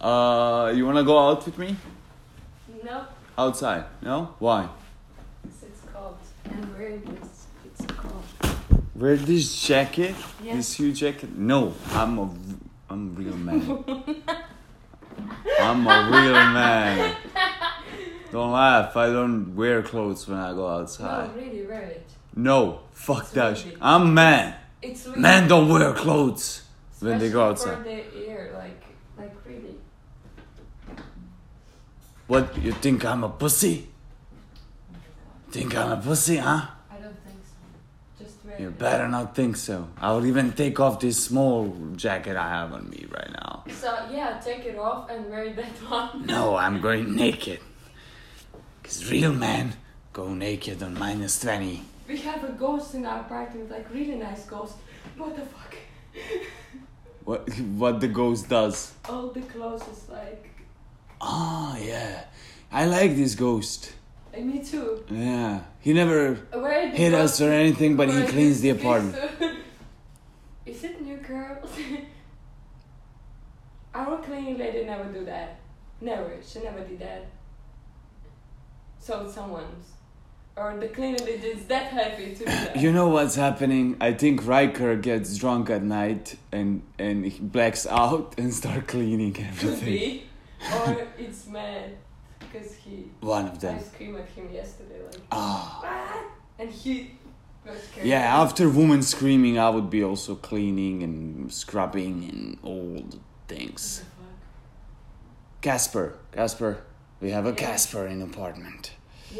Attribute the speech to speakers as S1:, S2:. S1: Uh, you wanna go out with me?
S2: No,
S1: Outside? No? Why?
S2: 'cause it's cold. And where it is, it's cold.
S1: Wear this jacket,
S2: Yeah.
S1: this huge jacket. No, I'm a, v- I'm a real man. I'm a real man. Don't laugh. I don't wear clothes when I go outside.
S2: No, really wear it.
S1: No, fuck
S2: It's
S1: that.
S2: really
S1: shit.
S2: big.
S1: I'm man.
S2: It's really
S1: Men don't wear clothes when they go
S2: especially
S1: outside.
S2: For the ear, like, like really.
S1: What you think I'm a pussy? Think I'm a pussy, huh?
S2: I don't think so. Just wear
S1: You
S2: it.
S1: better not think so. I will even take off this small jacket I have on me right now.
S2: So yeah, take it off and wear that one.
S1: No, I'm going naked. Cause real men go naked on minus twenty.
S2: We have a ghost in our apartment, like really nice ghost. What the fuck?
S1: What what the ghost does?
S2: All the clothes is like.
S1: Ah, yeah. I like this ghost.
S2: eh, me too.
S1: Yeah, he never
S2: Where the
S1: hit
S2: ghost-
S1: us or anything, but he
S2: where
S1: cleans the
S2: is-
S1: apartment.
S2: Is it new girl? Our cleaning lady never do that. Never. She never did that. So it's someone's. Or the cleaning lady is that happy to do that.
S1: You know what's happening? I think Riker gets drunk at night and and he blacks out and start cleaning
S2: Could
S1: everything.
S2: be. Or it's mad. Because he.
S1: One of
S2: I
S1: them.
S2: screamed at him yesterday, like.
S1: Ah.
S2: "Ah!" And he got scared.
S1: Yeah, after woman screaming, I would be also cleaning and scrubbing and all the
S2: What
S1: things.
S2: the fuck?
S1: Casper, Casper, we have a
S2: Yeah.
S1: Casper in apartment.